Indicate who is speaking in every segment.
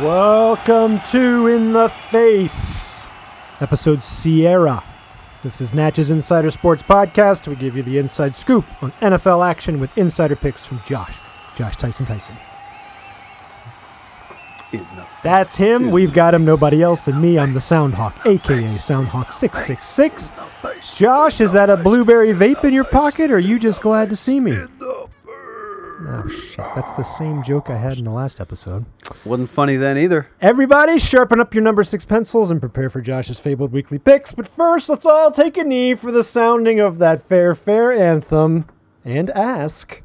Speaker 1: Welcome to In the Face, episode Sierra. This is Natchez Insider Sports Podcast. We give you the inside scoop on NFL action with insider picks from Josh, Josh Tyson Tyson.
Speaker 2: In the
Speaker 1: That's
Speaker 2: face,
Speaker 1: him.
Speaker 2: in
Speaker 1: We've
Speaker 2: the
Speaker 1: got him.
Speaker 2: face,
Speaker 1: Nobody
Speaker 2: in
Speaker 1: else. And
Speaker 2: the
Speaker 1: me.
Speaker 2: face,
Speaker 1: I'm the Soundhawk, aka Soundhawk six six six.
Speaker 2: in the face,
Speaker 1: Josh,
Speaker 2: in
Speaker 1: is
Speaker 2: the
Speaker 1: that a
Speaker 2: face,
Speaker 1: blueberry
Speaker 2: in
Speaker 1: vape
Speaker 2: the
Speaker 1: in your
Speaker 2: face,
Speaker 1: pocket, or are you
Speaker 2: in
Speaker 1: just
Speaker 2: the
Speaker 1: glad to see me?
Speaker 2: face, in the face.
Speaker 1: Oh shit! That's the same joke I had in the last episode.
Speaker 2: Wasn't funny then either.
Speaker 1: Everybody, sharpen up your number six pencils and prepare for Josh's fabled weekly picks. But first, let's all take a knee for the sounding of that fair, fair anthem and ask.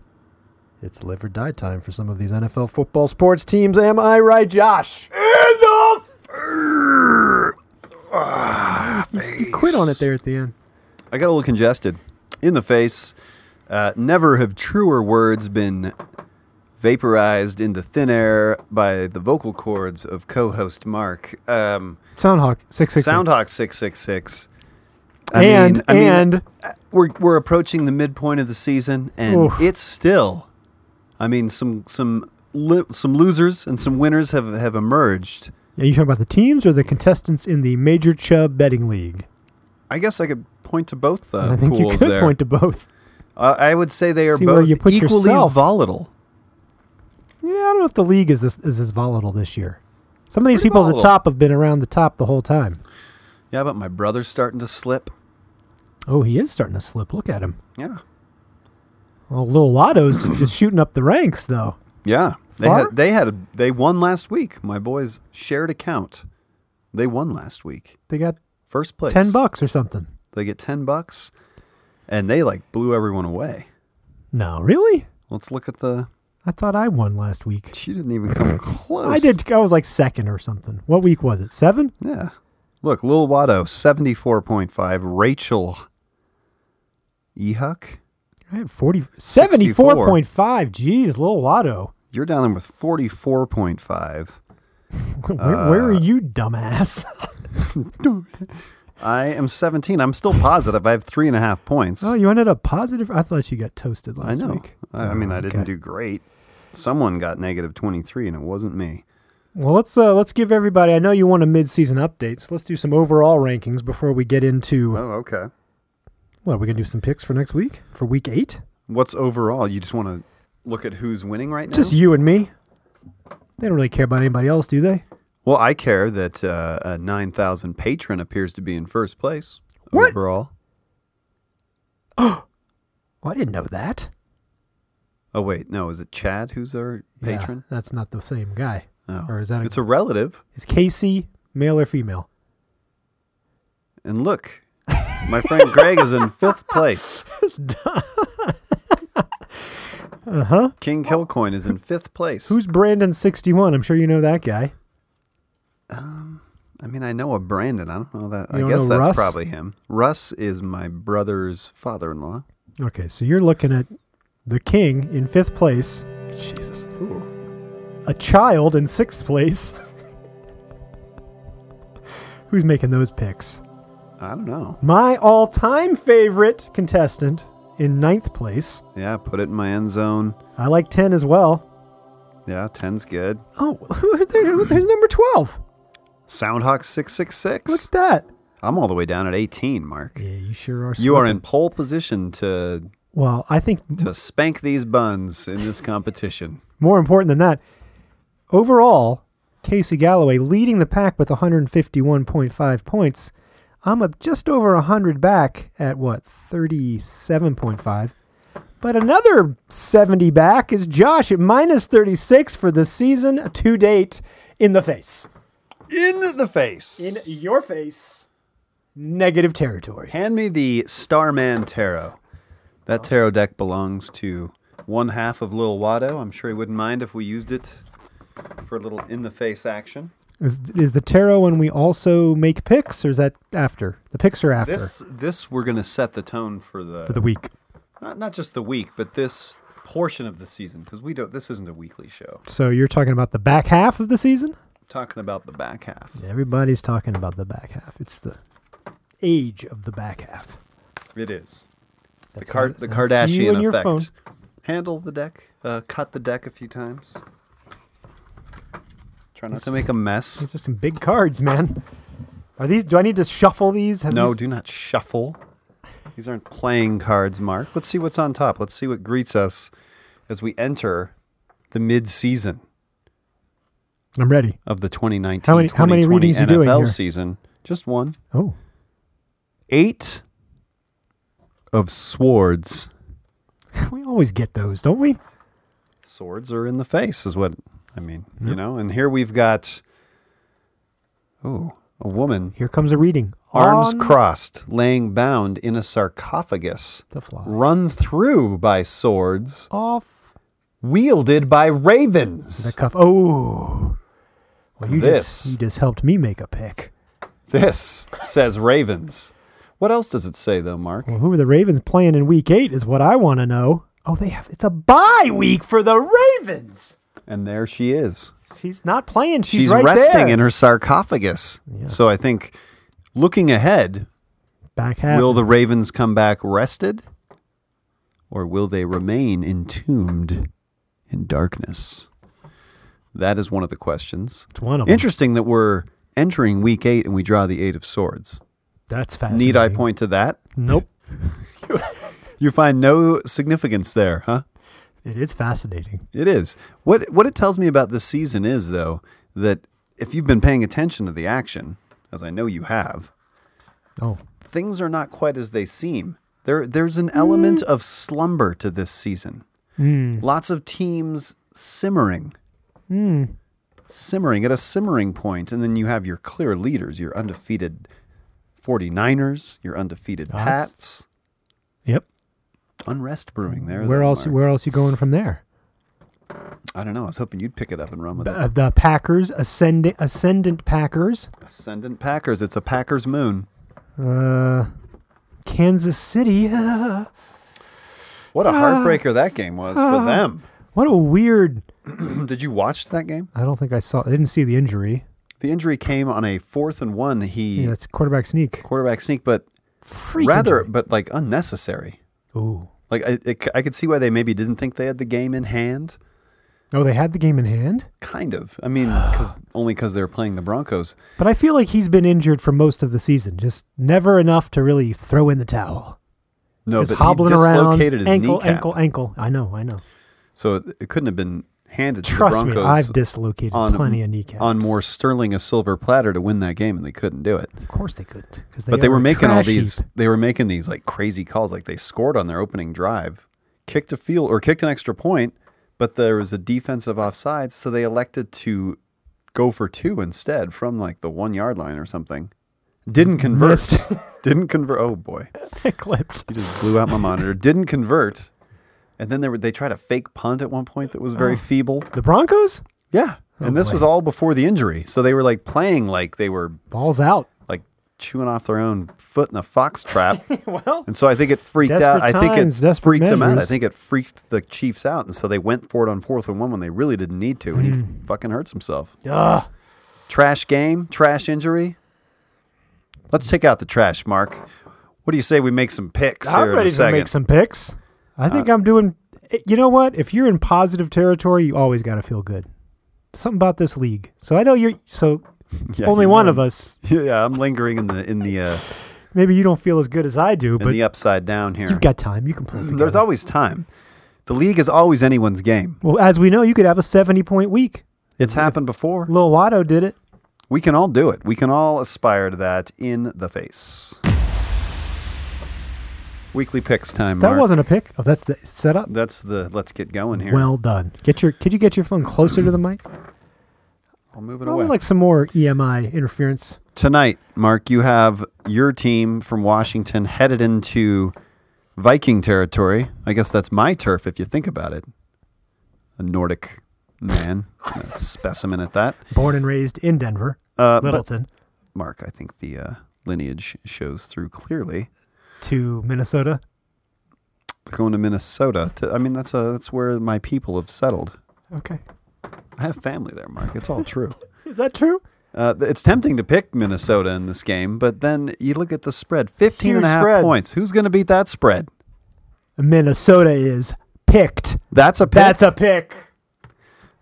Speaker 1: It's live or die time for some of these NFL football sports teams. Am I right, Josh?
Speaker 2: In the face. Ah, face.
Speaker 1: Quit on it there at the end.
Speaker 3: I got a little congested. In the face. Uh, never have truer words been vaporized into thin air by the vocal cords of co-host Mark. Um,
Speaker 1: Soundhawk six six.
Speaker 3: Soundhawk six six six.
Speaker 1: And and
Speaker 3: we're we're approaching the midpoint of the season, and
Speaker 1: Oof.
Speaker 3: it's still. I mean, some some li- some losers and some winners have have emerged.
Speaker 1: are you talking about the teams or the contestants in the Major Chubb betting league?
Speaker 3: I guess I could point to both uh,
Speaker 1: I think you
Speaker 3: pools
Speaker 1: could
Speaker 3: there.
Speaker 1: point to both.
Speaker 3: Uh, I would say they are
Speaker 1: See where
Speaker 3: both
Speaker 1: you put
Speaker 3: equally
Speaker 1: yourself.
Speaker 3: volatile.
Speaker 1: Yeah, I don't know if the league is this is as volatile this year. Some of these
Speaker 3: Pretty
Speaker 1: people at the
Speaker 3: volatile.
Speaker 1: top have been around the top the whole time.
Speaker 3: Yeah, but my brother's starting to slip.
Speaker 1: Oh, he is starting to slip. Look at him.
Speaker 3: Yeah.
Speaker 1: Well, Lil Lotto's just shooting up the ranks, though.
Speaker 3: Yeah. They
Speaker 1: Far?
Speaker 3: had they had a, they won last week. My boys shared account. They won last week.
Speaker 1: They got
Speaker 3: First place.
Speaker 1: ten bucks or something.
Speaker 3: They get 10 bucks and they like blew everyone away.
Speaker 1: No, really?
Speaker 3: Let's look at the
Speaker 1: I thought I won last week.
Speaker 3: she didn't even come close.
Speaker 1: I did. I was like second or something. What week was it? Seven?
Speaker 3: Yeah. Look, Lil Watto 74.5, Rachel Ehuck.
Speaker 1: I had 40, 74.5. Jeez, Lil Lotto.
Speaker 3: You're down there with 44.5.
Speaker 1: Where,
Speaker 3: Uh,
Speaker 1: where are you, dumbass?
Speaker 3: I am 17. I'm still positive. I have three and a half points.
Speaker 1: oh, you ended up positive. I thought you got toasted
Speaker 3: I
Speaker 1: last
Speaker 3: know.
Speaker 1: week. Oh,
Speaker 3: I, I mean, I didn't
Speaker 1: okay.
Speaker 3: do great. Someone got negative 23, and it wasn't me.
Speaker 1: Well, let's uh, let's give everybody. I know you want a mid-season update, so let's do some overall rankings before we get into.
Speaker 3: Oh, okay.
Speaker 1: What are we gonna do? Some picks for next week for week eight?
Speaker 3: What's overall? You just want to look at who's winning right now?
Speaker 1: Just you and me. They don't really care about anybody else, do they?
Speaker 3: well, I care that uh, a 9,000 patron appears to be in first place
Speaker 1: What?
Speaker 3: overall.
Speaker 1: Well, I didn't know that.
Speaker 3: Oh, wait. No, is it Chad who's our
Speaker 1: Yeah,
Speaker 3: patron?
Speaker 1: that's not the same guy.
Speaker 3: No.
Speaker 1: Or is that a,
Speaker 3: It's a relative.
Speaker 1: is Casey male or female?
Speaker 3: And look, my friend Greg is in fifth place. uh huh. King Killcoin is in fifth place.
Speaker 1: Who's Brandon sixty one? I'm sure you know that guy.
Speaker 3: I mean, I know a Brandon. I don't know that.
Speaker 1: You
Speaker 3: I
Speaker 1: don't
Speaker 3: guess
Speaker 1: know
Speaker 3: that's
Speaker 1: Russ?
Speaker 3: probably him. Russ is my brother's father-in-law.
Speaker 1: Okay, so you're looking at the king in fifth place. Jesus. A child in sixth place. Who's making those picks?
Speaker 3: I don't know.
Speaker 1: My all time favorite contestant in ninth place.
Speaker 3: Yeah, put it in my end zone.
Speaker 1: I like 10 as well.
Speaker 3: Yeah, 10's good.
Speaker 1: Oh, who's, there, who's who's number 12?
Speaker 3: Soundhawk six six
Speaker 1: Look
Speaker 3: six.
Speaker 1: at that.
Speaker 3: I'm all the way down at 18, Mark.
Speaker 1: Yeah, you sure are.
Speaker 3: You are
Speaker 1: slipping.
Speaker 3: in pole position to
Speaker 1: Well, I think
Speaker 3: to spank these buns in this competition.
Speaker 1: more important than that, overall, Casey Galloway leading the pack with 151.5 points. I'm up just over 100 back at what, 37.5. But another 70 back is Josh at minus 36 for the season to date in the face.
Speaker 3: In the face.
Speaker 1: in your face negative territory
Speaker 3: Hand me the Starman Tarot. That tarot deck belongs to one half of Lil Watto. I'm sure he wouldn't mind if we used it for a little in the face action.
Speaker 1: is, is the tarot when we also make picks or is that after the picks are after
Speaker 3: This this we're gonna set the tone for the,
Speaker 1: for the week
Speaker 3: not not just the week, but this portion of the season because we don't. This isn't a weekly show.
Speaker 1: so you're talking about the back half of the season
Speaker 3: talking about the back half.
Speaker 1: everybody's talking about the back half it's the age of the back half
Speaker 3: It is. It's the
Speaker 1: That's
Speaker 3: card
Speaker 1: what-
Speaker 3: the
Speaker 1: that's you
Speaker 3: Kardashian
Speaker 1: and your
Speaker 3: effect. Handle the deck. Uh, cut the deck a few times.
Speaker 2: Try not
Speaker 3: To make a mess.
Speaker 1: These are some big cards, man. Are these? Do I need to shuffle these? Have
Speaker 3: No,
Speaker 1: these-
Speaker 3: do not shuffle. These aren't playing cards, Mark. Let's see what's on top. Let's see what greets us as we enter the mid-season
Speaker 1: I'm ready.
Speaker 3: of the 2019
Speaker 1: How many- how many
Speaker 3: 2020
Speaker 1: readings you
Speaker 3: NFL
Speaker 1: doing here?
Speaker 3: season. Just one.
Speaker 1: Oh,
Speaker 3: Eight of swords.
Speaker 1: we always get those, don't we?
Speaker 3: Swords are in the face, is what I mean. You know, and here we've got oh, a woman,
Speaker 1: Here comes a reading.
Speaker 3: arms
Speaker 1: On
Speaker 3: crossed, laying bound in a sarcophagus,
Speaker 1: the fly.
Speaker 3: run through by swords.
Speaker 1: Off
Speaker 3: wielded by
Speaker 1: the
Speaker 3: ravens.
Speaker 1: cuff. Oh, well, you
Speaker 3: This.
Speaker 1: just you just helped me make a pick.
Speaker 3: This says ravens. What else does it say, though, Mark?
Speaker 1: Well, who are the Ravens playing in Week Eight? Is what I want to know. Oh, they have. It's a bye week for the Ravens.
Speaker 3: And there she is.
Speaker 1: She's not playing. She's,
Speaker 3: She's,
Speaker 1: right
Speaker 3: resting
Speaker 1: there.
Speaker 3: in her sarcophagus. So I think looking ahead,
Speaker 1: back half.
Speaker 3: will the ravens come back rested? Or will they remain entombed in darkness? That is one of the questions.
Speaker 1: it's one of them.
Speaker 3: Interesting that we're entering week eight and we draw the eight of swords.
Speaker 1: That's fascinating.
Speaker 3: Need I point to that?
Speaker 1: Nope.
Speaker 3: You find no significance there, huh?
Speaker 1: It is fascinating.
Speaker 3: It is. What what it tells me about this season is though that if you've been paying attention to the action, as I know you have,
Speaker 1: Oh,
Speaker 3: things are not quite as they seem. There there's an element
Speaker 1: Mm.
Speaker 3: of slumber to this season. Lots of teams simmering.
Speaker 1: Mm.
Speaker 3: Simmering at a simmering point and then you have your clear leaders, your undefeated 49ers, your undefeated
Speaker 1: Us.
Speaker 3: Pats.
Speaker 1: yep.
Speaker 3: Unrest brewing there.
Speaker 1: Where
Speaker 3: though,
Speaker 1: else?
Speaker 3: Mark.
Speaker 1: Where else you going from there?
Speaker 3: I don't know. I was hoping you'd pick it up and run with it.
Speaker 1: Uh, the Packers ascendant ascendant Packers.
Speaker 3: Ascendant Packers. It's a Packers moon.
Speaker 1: Uh, Kansas City. Uh,
Speaker 3: What a
Speaker 1: Ah.
Speaker 3: heartbreaker that game was for them.
Speaker 1: what a weird.
Speaker 3: Did you watch that game?
Speaker 1: I don't think I saw. I didn't see the injury.
Speaker 3: The injury came on a fourth and one. He
Speaker 1: Yeah, that's quarterback sneak.
Speaker 3: quarterback sneak, but
Speaker 1: Freak
Speaker 3: rather,
Speaker 1: injury.
Speaker 3: but like unnecessary.
Speaker 1: Ooh.
Speaker 3: Like I, it, I could see why they maybe didn't think they had the game in hand.
Speaker 1: Oh, they had the game in hand.
Speaker 3: Kind of. I mean, cause, only because they were playing the Broncos.
Speaker 1: But I feel like he's been injured for most of the season. Just never enough to really throw in the towel.
Speaker 3: No,
Speaker 1: Just
Speaker 3: but he
Speaker 1: hobbling around,
Speaker 3: dislocated his
Speaker 1: ankle,
Speaker 3: kneecap,
Speaker 1: ankle, ankle. I know, I know.
Speaker 3: so it, it couldn't have been handed
Speaker 1: Trust
Speaker 3: to the
Speaker 1: me,
Speaker 3: Broncos
Speaker 1: I've dislocated
Speaker 3: on
Speaker 1: plenty of kneecaps.
Speaker 3: on more sterling a silver platter to win that game, and they couldn't do it.
Speaker 1: Of course they couldn't. 'cause
Speaker 3: but they
Speaker 1: are
Speaker 3: were
Speaker 1: a
Speaker 3: making all
Speaker 1: trash
Speaker 3: these
Speaker 1: heap.
Speaker 3: they were making these like crazy calls like they scored on their opening drive kicked a field or kicked an extra point but there was a defensive offside so they elected to go for two instead from like the one yard line or something didn't convert
Speaker 1: Missed.
Speaker 3: didn't convert oh boy
Speaker 1: They clipped.
Speaker 3: you just blew out my monitor didn't convert and then they were they tried a fake punt at one point that was very feeble
Speaker 1: The Broncos?
Speaker 3: yeah and this was all before the injury so they were like playing like they were
Speaker 1: Balls out.
Speaker 3: like chewing off their own foot in a fox trap
Speaker 1: Well,
Speaker 3: And so I think it freaked
Speaker 1: Desperate
Speaker 3: out. I think
Speaker 1: times,
Speaker 3: it
Speaker 1: desperate
Speaker 3: freaked them out. I
Speaker 1: measures.
Speaker 3: think it freaked the Chiefs out, and so they went for it on fourth and one when they really didn't need to, and
Speaker 1: Mm.
Speaker 3: he fucking hurts himself.
Speaker 1: Ugh.
Speaker 3: Trash game, trash injury. Let's take out the trash, Mark. What do you say we make some picks
Speaker 1: I'm
Speaker 3: here in
Speaker 1: ready
Speaker 3: a
Speaker 1: to
Speaker 3: second? Uh,
Speaker 1: make some picks. I think I'm doing. eh, You know what? If you're in positive territory, you always got to feel good. Something about this league. So I know you're. So
Speaker 3: Yeah,
Speaker 1: only
Speaker 3: you
Speaker 1: one
Speaker 3: won.
Speaker 1: of us.
Speaker 3: yeah, I'm lingering in the in the uh,
Speaker 1: Maybe you don't feel as good as I do,
Speaker 3: in
Speaker 1: but
Speaker 3: the upside down here.
Speaker 1: you've got time. You can pull it together.
Speaker 3: There's always time. The league is always anyone's game.
Speaker 1: well, as we know, you could have a 70 point week.
Speaker 3: It's happened before.
Speaker 1: Lil Watto did it.
Speaker 3: We can all do it. We can all aspire to that in the face. Weekly picks time.
Speaker 1: That
Speaker 3: Mark.
Speaker 1: wasn't a pick. Oh, that's the setup.
Speaker 3: That's the. Let's get going here.
Speaker 1: Well done. Get your. Could you get your phone closer to the mic?
Speaker 3: I'll move it
Speaker 1: I
Speaker 3: away.
Speaker 1: would like some more EMI interference.
Speaker 3: Tonight, Mark, you have your team from Washington headed into Viking territory. I guess that's my turf if you think about it. A Nordic man, a specimen at that.
Speaker 1: Born and raised in Denver,
Speaker 3: Uh, but
Speaker 1: Littleton,
Speaker 3: Mark, I think the uh, lineage shows through clearly.
Speaker 1: to Minnesota.
Speaker 3: Going to Minnesota. To, I mean, that's a that's where my people have settled.
Speaker 1: Okay.
Speaker 3: I have family there, Mark. It's all true.
Speaker 1: Is that true?
Speaker 3: Uh, th- it's tempting to pick Minnesota in this game, but then you look at the spread 15 and a
Speaker 1: Huge
Speaker 3: half
Speaker 1: spread.
Speaker 3: points. Who's going to beat that spread?
Speaker 1: Minnesota is picked.
Speaker 3: That's a pick.
Speaker 1: That's a pick.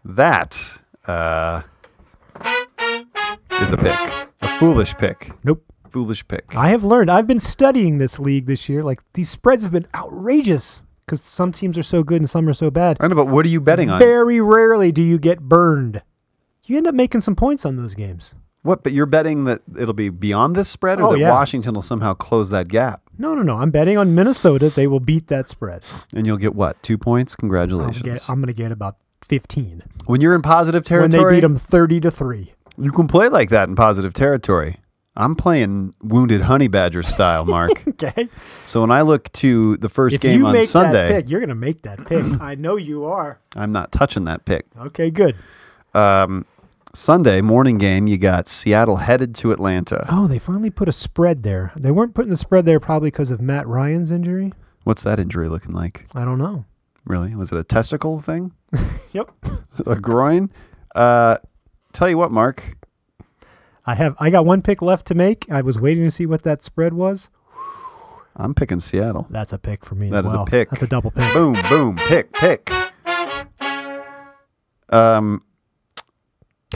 Speaker 3: that uh, is a pick. A foolish pick.
Speaker 1: Nope.
Speaker 3: Foolish pick.
Speaker 1: I have learned. I've been studying this league this year. Like these spreads have been outrageous because some teams are so good and some are so bad.
Speaker 3: I don't know, but what are you betting on?
Speaker 1: Very rarely do you get burned. You end up making some points on those games.
Speaker 3: What? But you're betting that it'll be beyond this spread, or
Speaker 1: Oh,
Speaker 3: that
Speaker 1: yeah.
Speaker 3: Washington will somehow close that gap,
Speaker 1: No, no, no. I'm betting on Minnesota. They will beat that spread.
Speaker 3: and you'll get what? Two points.
Speaker 1: I'll
Speaker 3: Congratulations.
Speaker 1: get, I'm going to get about 15
Speaker 3: when you're in positive
Speaker 1: when they
Speaker 3: territory,
Speaker 1: beat them 30 to three.
Speaker 3: you can play like that in positive territory. I'm playing wounded honey badger style, Mark.
Speaker 1: Okay.
Speaker 3: so when I look to the first
Speaker 1: if
Speaker 3: game
Speaker 1: you
Speaker 3: on
Speaker 1: make
Speaker 3: Sunday,
Speaker 1: that pick, you're going to make that pick. I know you are.
Speaker 3: I'm not touching that pick.
Speaker 1: Okay, good.
Speaker 3: Um, Sunday morning game, you got Seattle headed to Atlanta.
Speaker 1: Oh, they finally put a spread there. They weren't putting the spread there probably because of Matt Ryan's injury.
Speaker 3: What's that injury looking like?
Speaker 1: I don't know.
Speaker 3: Really? Was it a testicle thing?
Speaker 1: Yep.
Speaker 3: a groin? Uh, tell you what, Mark.
Speaker 1: I have I got one pick left to make. I was waiting to see what that spread was.
Speaker 3: I'm picking Seattle.
Speaker 1: That's a pick for me.
Speaker 3: That
Speaker 1: as
Speaker 3: is a
Speaker 1: well.
Speaker 3: pick.
Speaker 1: That's a double pick.
Speaker 3: Boom, boom, pick, pick. Um,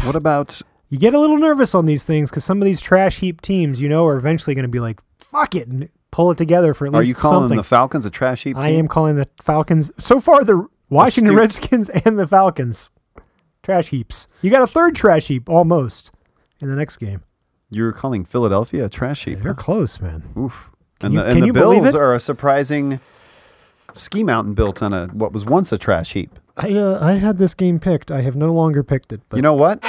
Speaker 3: what about
Speaker 1: You get a little nervous on these things because some of these trash heap teams, you know, are eventually going to be like, "Fuck it," and pull it together for at
Speaker 3: Are
Speaker 1: least
Speaker 3: you calling
Speaker 1: something.
Speaker 3: the Falcons a trash heap team?
Speaker 1: I am calling the Falcons. So far, the Washington
Speaker 3: Astute.
Speaker 1: Redskins and the Falcons trash heaps. You got a third trash heap almost in the next game.
Speaker 3: You're calling Philadelphia a trash heap.
Speaker 1: You're close, man.
Speaker 3: Oof.
Speaker 1: Can
Speaker 3: And
Speaker 1: you-
Speaker 3: the, and
Speaker 1: can
Speaker 3: the
Speaker 1: you believe
Speaker 3: Bills
Speaker 1: it?
Speaker 3: are a surprising ski mountain built on a what was once a trash heap.
Speaker 1: I uh, I had this game picked. I have no longer picked it. But
Speaker 3: You know what?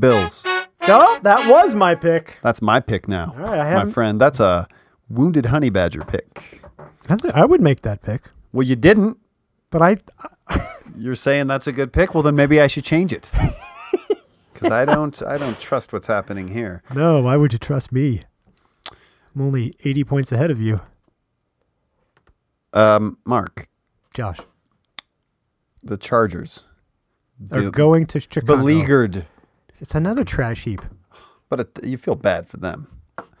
Speaker 3: Bills.
Speaker 1: oh, that was my pick.
Speaker 3: That's my pick now,
Speaker 1: All right, I
Speaker 3: my
Speaker 1: haven't-
Speaker 3: friend. That's a wounded honey badger pick.
Speaker 1: I, th- I would make that pick,
Speaker 3: Well, you didn't.
Speaker 1: but I
Speaker 3: You're saying that's a good pick. Well, then maybe I should change it. Because I don't, I don't trust what's happening here.
Speaker 1: no. Why would you trust me? I'm only 80 points ahead of you,
Speaker 3: Um, Mark,
Speaker 1: Josh.
Speaker 3: the Chargers
Speaker 1: Are
Speaker 3: Dude,
Speaker 1: going to Chicago.
Speaker 3: beleaguered,
Speaker 1: It's another trash heap.
Speaker 3: but it, you feel bad for them.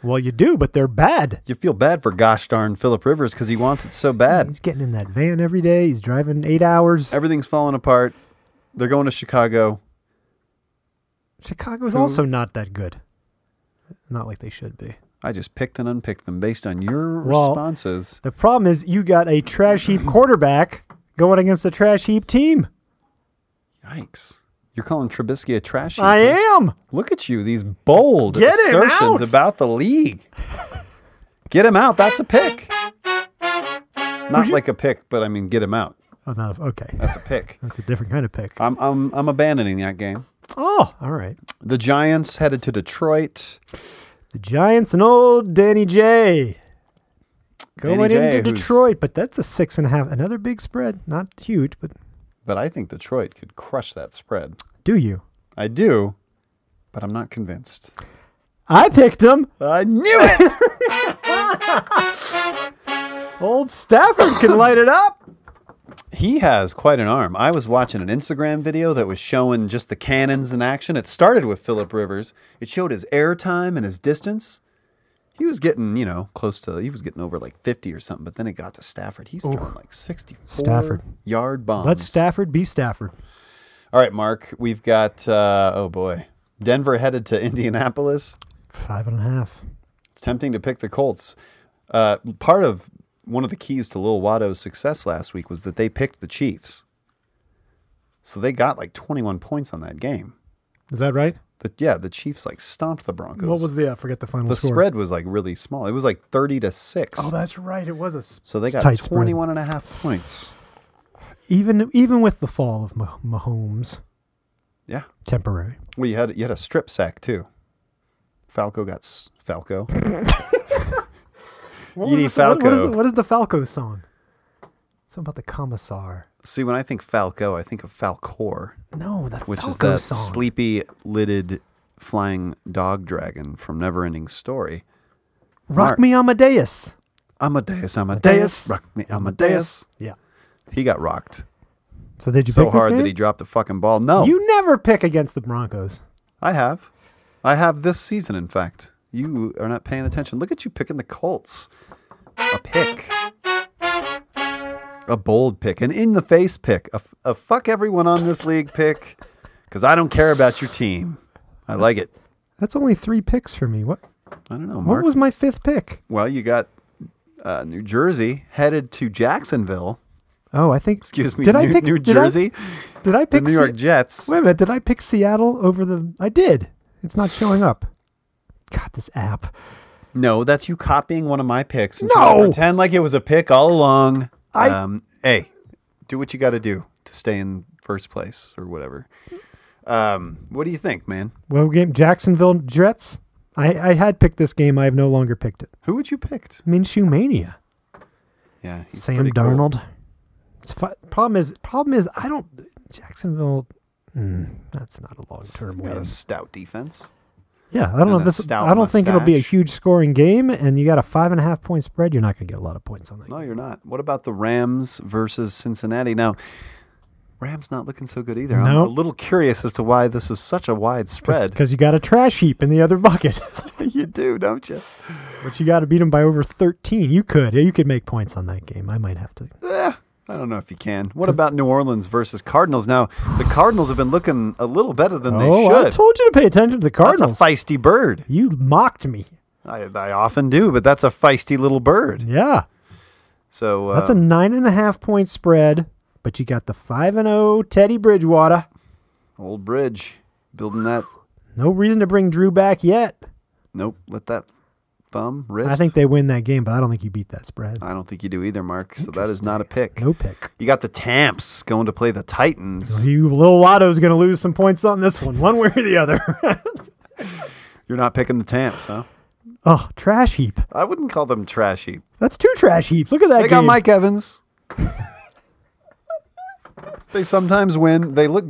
Speaker 1: Well, you do, but they're bad.
Speaker 3: You feel bad for gosh darn Philip Rivers because he wants it so bad.
Speaker 1: He's getting in that van every day. He's driving eight hours.
Speaker 3: Everything's falling apart. They're going to Chicago.
Speaker 1: Chicago's
Speaker 3: Who-
Speaker 1: also not that good. Not like they should be.
Speaker 3: I just picked and unpicked them based on your
Speaker 1: Well-
Speaker 3: responses.
Speaker 1: The problem is you got a trash heap quarterback going against a trash heap team.
Speaker 3: Yikes. You're calling Trubisky a trash heap.
Speaker 1: I am.
Speaker 3: Look at you, these bold
Speaker 1: Get him
Speaker 3: assertions
Speaker 1: out!
Speaker 3: about the league. get him out. That's a pick. Not like a pick, but I mean, get him out.
Speaker 1: Oh, no, okay.
Speaker 3: That's a pick.
Speaker 1: That's a different kind of pick.
Speaker 3: I'm, I'm, I'm abandoning that game.
Speaker 1: Oh, all right.
Speaker 3: The Giants headed to Detroit.
Speaker 1: The Giants and old Danny J. Going
Speaker 3: Danny J,
Speaker 1: into
Speaker 3: who's-
Speaker 1: Detroit, but that's a six and a half. Another big spread. Not huge, but
Speaker 3: But I think Detroit could crush that spread.
Speaker 1: do you?
Speaker 3: I do, but I'm not convinced.
Speaker 1: I picked him.
Speaker 3: I knew it.
Speaker 1: Old Stafford can light it up.
Speaker 3: he has quite an arm. I was watching an Instagram video that was showing just the cannons in action. It started with Philip Rivers. It showed his air time and his distance. He was getting, you know, close to he was getting over like 50 or something, but then it got to Stafford. He's throwing like 64
Speaker 1: Stafford.
Speaker 3: yard bombs.
Speaker 1: Let Stafford be Stafford.
Speaker 3: All right, Mark, we've got uh, oh boy. Denver headed to Indianapolis.
Speaker 1: Five and a half.
Speaker 3: It's tempting to pick the Colts. Uh, part of one of the keys to Lil Watto's success last week was that they picked the Chiefs. So they got like 21 points on that game.
Speaker 1: Is that right?
Speaker 3: The, yeah, the Chiefs like stomped the Broncos.
Speaker 1: What was the? I forget the final
Speaker 3: the
Speaker 1: score.
Speaker 3: spread was like really small. It was like 30 to 6.
Speaker 1: Oh, that's right. It was a s-
Speaker 3: so they got
Speaker 1: tight spread.
Speaker 3: 21 and a half points.
Speaker 1: Even even with the fall of Mah- Mahomes,
Speaker 3: Yeah.
Speaker 1: temporary.
Speaker 3: Well, you had you had a strip sack too. Falco got s- Falco.
Speaker 1: What,
Speaker 3: You need
Speaker 1: was the- what- what is
Speaker 3: Falco.
Speaker 1: the, what is the Falco song? Something about the commissar.
Speaker 3: See, when I think Falco, I think of Falcor.
Speaker 1: No, that
Speaker 3: which
Speaker 1: Falco
Speaker 3: is that
Speaker 1: song.
Speaker 3: sleepy lidded flying dog dragon from Neverending Story.
Speaker 1: Rock
Speaker 3: Mark.
Speaker 1: Me Amadeus.
Speaker 3: Amadeus, Amadeus,
Speaker 1: Amadeus.
Speaker 3: rock me, Amadeus.
Speaker 1: Yeah.
Speaker 3: He got rocked
Speaker 1: So did you
Speaker 3: so
Speaker 1: pick this
Speaker 3: hard
Speaker 1: game?
Speaker 3: that he oh. dropped a fucking ball. No,
Speaker 1: You never pick against the Broncos.
Speaker 3: I have, I have this season. In fact, you are not paying attention. Look at you picking the Colts. A pick. A bold pick, an in the face pick, a, a fuck everyone on this league pick, because I don't care about your team. I like it.
Speaker 1: That's only three picks for me. What
Speaker 3: I don't know,
Speaker 1: what
Speaker 3: Mark.
Speaker 1: was my fifth pick?
Speaker 3: well, you got uh, New Jersey headed to Jacksonville.
Speaker 1: Oh, I think
Speaker 3: Excuse me,
Speaker 1: Did
Speaker 3: New,
Speaker 1: I pick
Speaker 3: New
Speaker 1: did I-
Speaker 3: Jersey,
Speaker 1: Did
Speaker 3: the
Speaker 1: I pick
Speaker 3: New York
Speaker 1: Se-
Speaker 3: Jets.
Speaker 1: Wait a minute, did I pick Seattle over the I did. It's not showing up. God, this app.
Speaker 3: No, that's you copying one of my picks and
Speaker 1: No!
Speaker 3: trying to pretend like it was a pick all along.
Speaker 1: I-
Speaker 3: um, hey, do what you got to do to stay in first place or whatever. Um, what do you think, man?
Speaker 1: Well game Jacksonville Jets. I, I had picked this game, I have no longer picked it.
Speaker 3: Who would you picked?
Speaker 1: Minshew Mania.
Speaker 3: Yeah, he's
Speaker 1: Sam
Speaker 3: pretty cool.
Speaker 1: Darnold. It's fi- problem is problem is I don't Jacksonville. Mm, that's not a long term
Speaker 3: Got
Speaker 1: win.
Speaker 3: a stout defense.
Speaker 1: Yeah, I don't know
Speaker 3: and a
Speaker 1: if this.
Speaker 3: stout
Speaker 1: I don't think it'll be a
Speaker 3: mustache.
Speaker 1: huge scoring game, and you got a five and a half point spread. You're not going to get a lot of points on that.
Speaker 3: No, you're not. What about the Rams versus Cincinnati? Now, Rams not looking so good either. I'm a
Speaker 1: Nope.
Speaker 3: little curious as to why this is such a wide spread.
Speaker 1: because you got a trash heap in the other bucket,
Speaker 3: you do, don't you?
Speaker 1: but you got to beat them by over 13. You could. You could make points on that game. I might have to.
Speaker 3: Eh, I don't know if you can. What about New Orleans versus Cardinals? Now, the Cardinals have been looking a little better than they
Speaker 1: oh, I
Speaker 3: should.
Speaker 1: told you to pay attention to the
Speaker 3: that's a
Speaker 1: Cardinals.
Speaker 3: feisty bird.
Speaker 1: You mocked me.
Speaker 3: I, I often do, but that's a feisty little bird.
Speaker 1: Yeah,
Speaker 3: So uh,
Speaker 1: that's a nine and a half point spread, but you got the five and oh Teddy Bridgewater.
Speaker 3: old bridge building that.
Speaker 1: No reason to bring Drew back yet.
Speaker 3: Nope, let that thumb wrist.
Speaker 1: I think they win that game, but I don't think you beat that spread.
Speaker 3: I don't think you do either, Mark. So that is not a pick.
Speaker 1: No pick.
Speaker 3: You got the Tamps going to play the Titans.
Speaker 1: You little Lotto's going to lose some points on this one, one way or the other.
Speaker 3: You're not picking the Tamps, huh?
Speaker 1: oh, trash heap.
Speaker 3: I wouldn't call them trashy.
Speaker 1: That's two trash heaps. Look at that.
Speaker 3: They got
Speaker 1: game.
Speaker 3: Mike Evans. they sometimes win. They look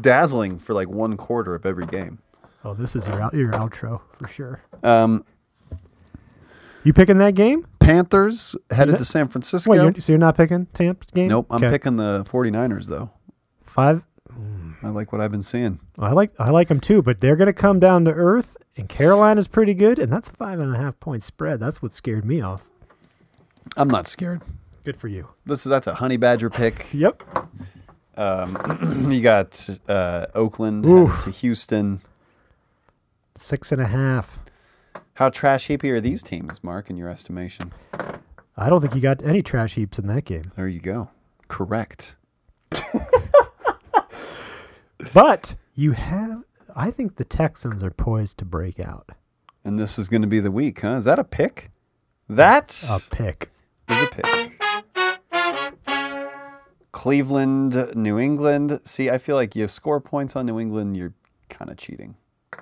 Speaker 3: dazzling for like one quarter of every game.
Speaker 1: Oh, this is your out- your outro for sure.
Speaker 3: Um,
Speaker 1: You picking that game?
Speaker 3: Panthers headed to San Francisco.
Speaker 1: Wait, you're, so you're not picking Tampa's game?
Speaker 3: nope, I'm
Speaker 1: Okay.
Speaker 3: picking the 49ers though.
Speaker 1: five.
Speaker 3: I like what I've been seeing.
Speaker 1: I like I like them too, but they're going to come down to earth, and Carolina's pretty good, and that's five and a half point spread. That's what scared me off.
Speaker 3: I'm not scared.
Speaker 1: Good for you.
Speaker 3: This is that's a honey badger pick.
Speaker 1: Yep.
Speaker 3: you got uh, Oakland headed to Houston.
Speaker 1: Six and a half.
Speaker 3: How trash heapy are these teams, Mark, in your estimation?
Speaker 1: I don't think you got any trash heaps in that game.
Speaker 3: There you go. Correct.
Speaker 1: But you have, I think the Texans are poised to break out.
Speaker 3: And this is going to be the week, huh? Is that a pick? That
Speaker 1: A pick.
Speaker 3: is a pick. Cleveland, New England. See, I feel like you score points on New England, you're kind of cheating.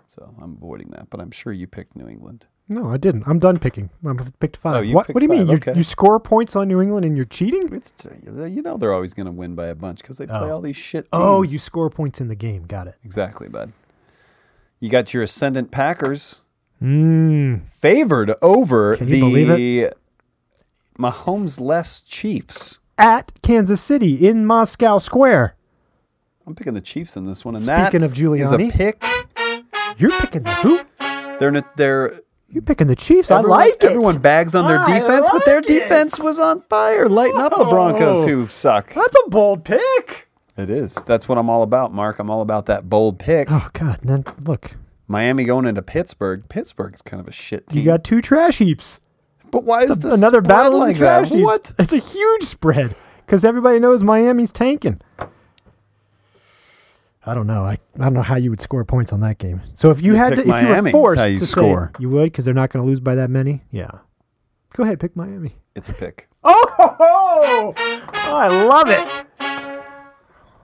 Speaker 3: So I'm avoiding that, but I'm sure you picked New England.
Speaker 1: No, I didn't. I'm done picking. I picked five.
Speaker 3: Oh, you
Speaker 1: what,
Speaker 3: picked
Speaker 1: what do you mean?
Speaker 3: five,
Speaker 1: You,
Speaker 3: okay.
Speaker 1: you score points on New England and you're cheating?
Speaker 3: It's you know they're always going to win by a bunch because they play all these shit. Teams.
Speaker 1: Oh, you score points in the game. Got it.
Speaker 3: exactly, bud. You got your ascendant Packers
Speaker 1: Mm.
Speaker 3: favored over
Speaker 1: you believe
Speaker 3: the Mahomes less Chiefs.
Speaker 1: At Kansas City in Moscow Square.
Speaker 3: I'm picking the Chiefs in this one, and
Speaker 1: Speaking
Speaker 3: that
Speaker 1: of
Speaker 3: is a
Speaker 1: Giuliani.
Speaker 3: pick.
Speaker 1: You're picking the who?
Speaker 3: They're n- they're
Speaker 1: You're picking the Chiefs.
Speaker 3: everyone,
Speaker 1: I like it.
Speaker 3: everyone bags on their
Speaker 1: I
Speaker 3: defense, but their
Speaker 1: like it. Oh.
Speaker 3: defense was on fire, lighting up the Broncos,
Speaker 1: Whoa.
Speaker 3: who suck.
Speaker 1: That's a bold pick.
Speaker 3: It is. That's what I'm all about, Mark. I'm all about that bold pick.
Speaker 1: Oh, God. And then look,
Speaker 3: Miami going into Pittsburgh. Pittsburgh's kind of a shit team.
Speaker 1: you got two trash heaps.
Speaker 3: but why is this
Speaker 1: Another
Speaker 3: spread
Speaker 1: battle
Speaker 3: like
Speaker 1: of the trash
Speaker 3: that?
Speaker 1: heaps.
Speaker 3: What?
Speaker 1: It's a huge spread because everybody knows Miami's tanking. I don't know. I, I don't know how you would score points on that game. So if you had to,
Speaker 3: pick
Speaker 1: if you
Speaker 3: Miami,
Speaker 1: were
Speaker 3: that's
Speaker 1: forced
Speaker 3: how you
Speaker 1: to
Speaker 3: score.
Speaker 1: say you would because they're not going to lose by that many. Yeah. Go ahead, pick Miami.
Speaker 3: It's a pick.
Speaker 1: Oh, I love it.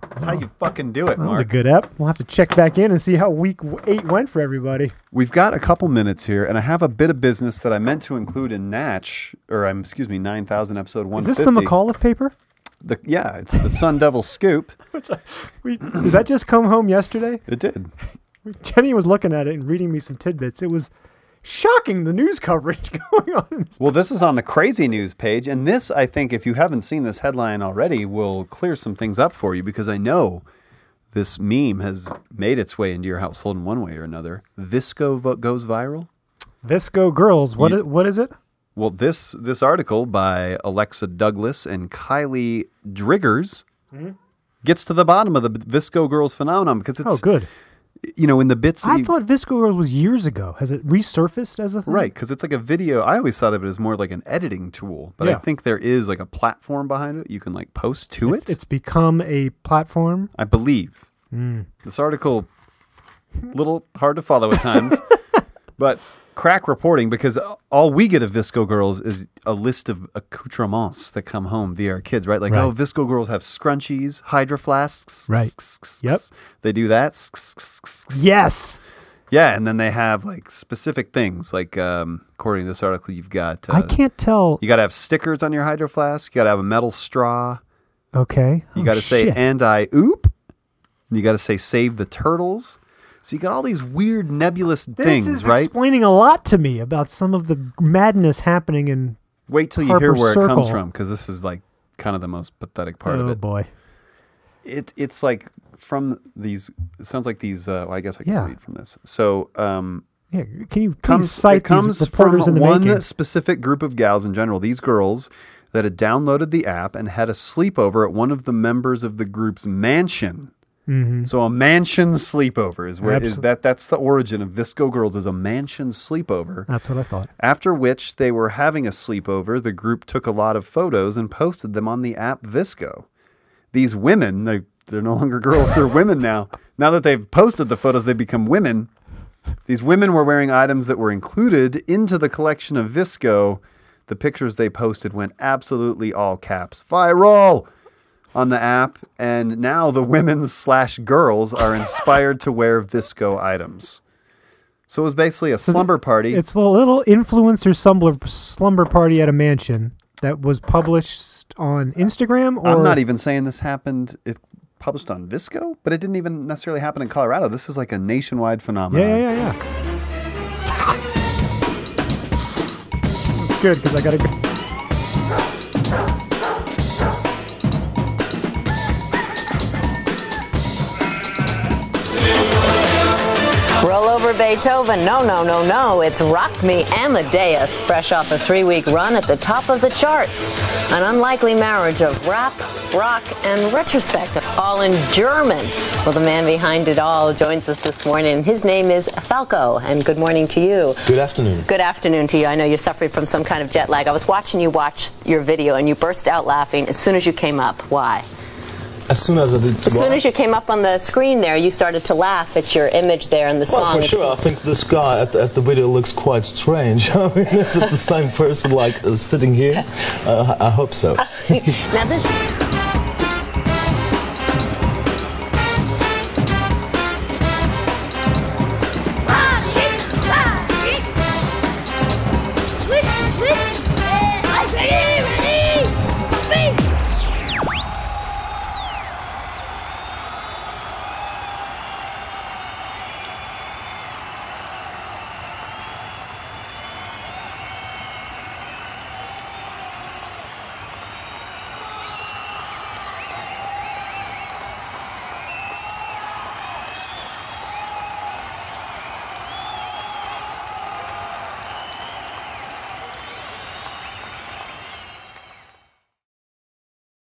Speaker 3: That's how you fucking do it,
Speaker 1: That was a
Speaker 3: Mark.
Speaker 1: good ep. We'll have to check back in and see how week w- eight went for everybody.
Speaker 3: We've got a couple minutes here, and I have a bit of business that I meant to include in Natch, or I'm excuse me, nine thousand episode one.
Speaker 1: Is this the McAuliffe paper?
Speaker 3: The, yeah, it's the Sun Devil Scoop.
Speaker 1: We, did that just come home yesterday?
Speaker 3: It did.
Speaker 1: Jenny was looking at it and reading me some tidbits. It was shocking the news coverage going on.
Speaker 3: Well, this is on the crazy news page, and this, I think, if you haven't seen this headline already, will clear some things up for you because I know this meme has made its way into your household in one way or another. Visco vo- goes viral.
Speaker 1: Visco girls, what i- what is it?
Speaker 3: Well, this this article by Alexa Douglas and Kylie
Speaker 1: Mm-hmm.
Speaker 3: Driggers gets to the bottom of the Visco girls phenomenon because it's
Speaker 1: Oh, good.
Speaker 3: you know, in the bits. That
Speaker 1: I
Speaker 3: you-
Speaker 1: thought Visco Girls was years ago. Has it resurfaced as a thing?
Speaker 3: Right, because it's like a video. I always thought of it as more like an editing tool, but I
Speaker 1: Yeah.
Speaker 3: think there is like a platform behind it. You can like post to
Speaker 1: It's,
Speaker 3: it.
Speaker 1: it's Hmm. become a platform.
Speaker 3: I believe this article, little hard to follow at times, but crack reporting because all we get of Visco Girls is a list of accoutrements that come home via our kids, right? Like,
Speaker 1: Right.
Speaker 3: oh, Visco Girls have scrunchies, hydro flasks,
Speaker 1: Right. Yep.
Speaker 3: They do that.
Speaker 1: Yes.
Speaker 3: Yeah, and then they have like specific things. Like um, according to this article, you've got uh,
Speaker 1: I can't tell.
Speaker 3: you got to have stickers on your hydro flask. You got to have a metal straw.
Speaker 1: Okay.
Speaker 3: You
Speaker 1: Oh,
Speaker 3: got to say
Speaker 1: shit.
Speaker 3: "and I oop," and you got to say "save the turtles." So you got all these weird nebulous
Speaker 1: This
Speaker 3: things,
Speaker 1: is
Speaker 3: right?
Speaker 1: explaining a lot to me about some of the madness happening in.
Speaker 3: Wait till you hear
Speaker 1: Harper's
Speaker 3: where it comes
Speaker 1: Circle.
Speaker 3: from, because this is like kind of the most pathetic part of
Speaker 1: oh
Speaker 3: it.
Speaker 1: boy.
Speaker 3: it it's like from these. It sounds like these. Uh, well, I guess I can
Speaker 1: Yeah.
Speaker 3: read from this. So um,
Speaker 1: Yeah. Can you please
Speaker 3: comes
Speaker 1: cite
Speaker 3: it comes
Speaker 1: these
Speaker 3: from
Speaker 1: reporters in the
Speaker 3: one
Speaker 1: making?
Speaker 3: specific group of gals in general. These girls that had downloaded the app and had a sleepover at one of the members of the group's mansion. So a mansion sleepover is where is
Speaker 1: Mm-hmm. Absol-
Speaker 3: that that's the origin of Visco Girls is a mansion sleepover.
Speaker 1: That's what I thought.
Speaker 3: After which they were having a sleepover, the group took a lot of photos and posted them on the app Visco. These women, they they're no longer girls, they're women now. Now that they've posted the photos, they become women. These women were wearing items that were included into the collection of Visco. The pictures they posted went absolutely all caps viral on the app, and now the women slash girls are inspired to wear Visco items. So it was basically a slumber party.
Speaker 1: It's the little influencer slumber slumber party at a mansion that was published on Instagram. Or
Speaker 3: I'm not even saying this happened. It published on Visco, but it didn't even necessarily happen in Colorado. This is like a nationwide phenomenon.
Speaker 1: Yeah, yeah, yeah, yeah. It's Good, because I gotta go.
Speaker 4: Roll over Beethoven. No, no, no, no. It's Rock Me Amadeus, fresh off a three week run at the top of the charts. An unlikely marriage of rap, rock, and retrospective, all in German. Well, the man behind it all joins us this morning. His name is Falco, and good morning to you.
Speaker 5: Good afternoon.
Speaker 4: Good afternoon to you. I know you're suffering from some kind of jet lag. I was watching you watch your video, and you burst out laughing as soon as you came up. Why?
Speaker 5: As soon as I did,
Speaker 4: As soon as you came up on the screen there, you started to laugh at your image there and the
Speaker 5: well,
Speaker 4: song.
Speaker 5: for
Speaker 4: It's-
Speaker 5: sure, I think this guy at the, at the video looks quite strange. I mean, is it the same person like uh, sitting here? Uh, I hope so.
Speaker 4: now this.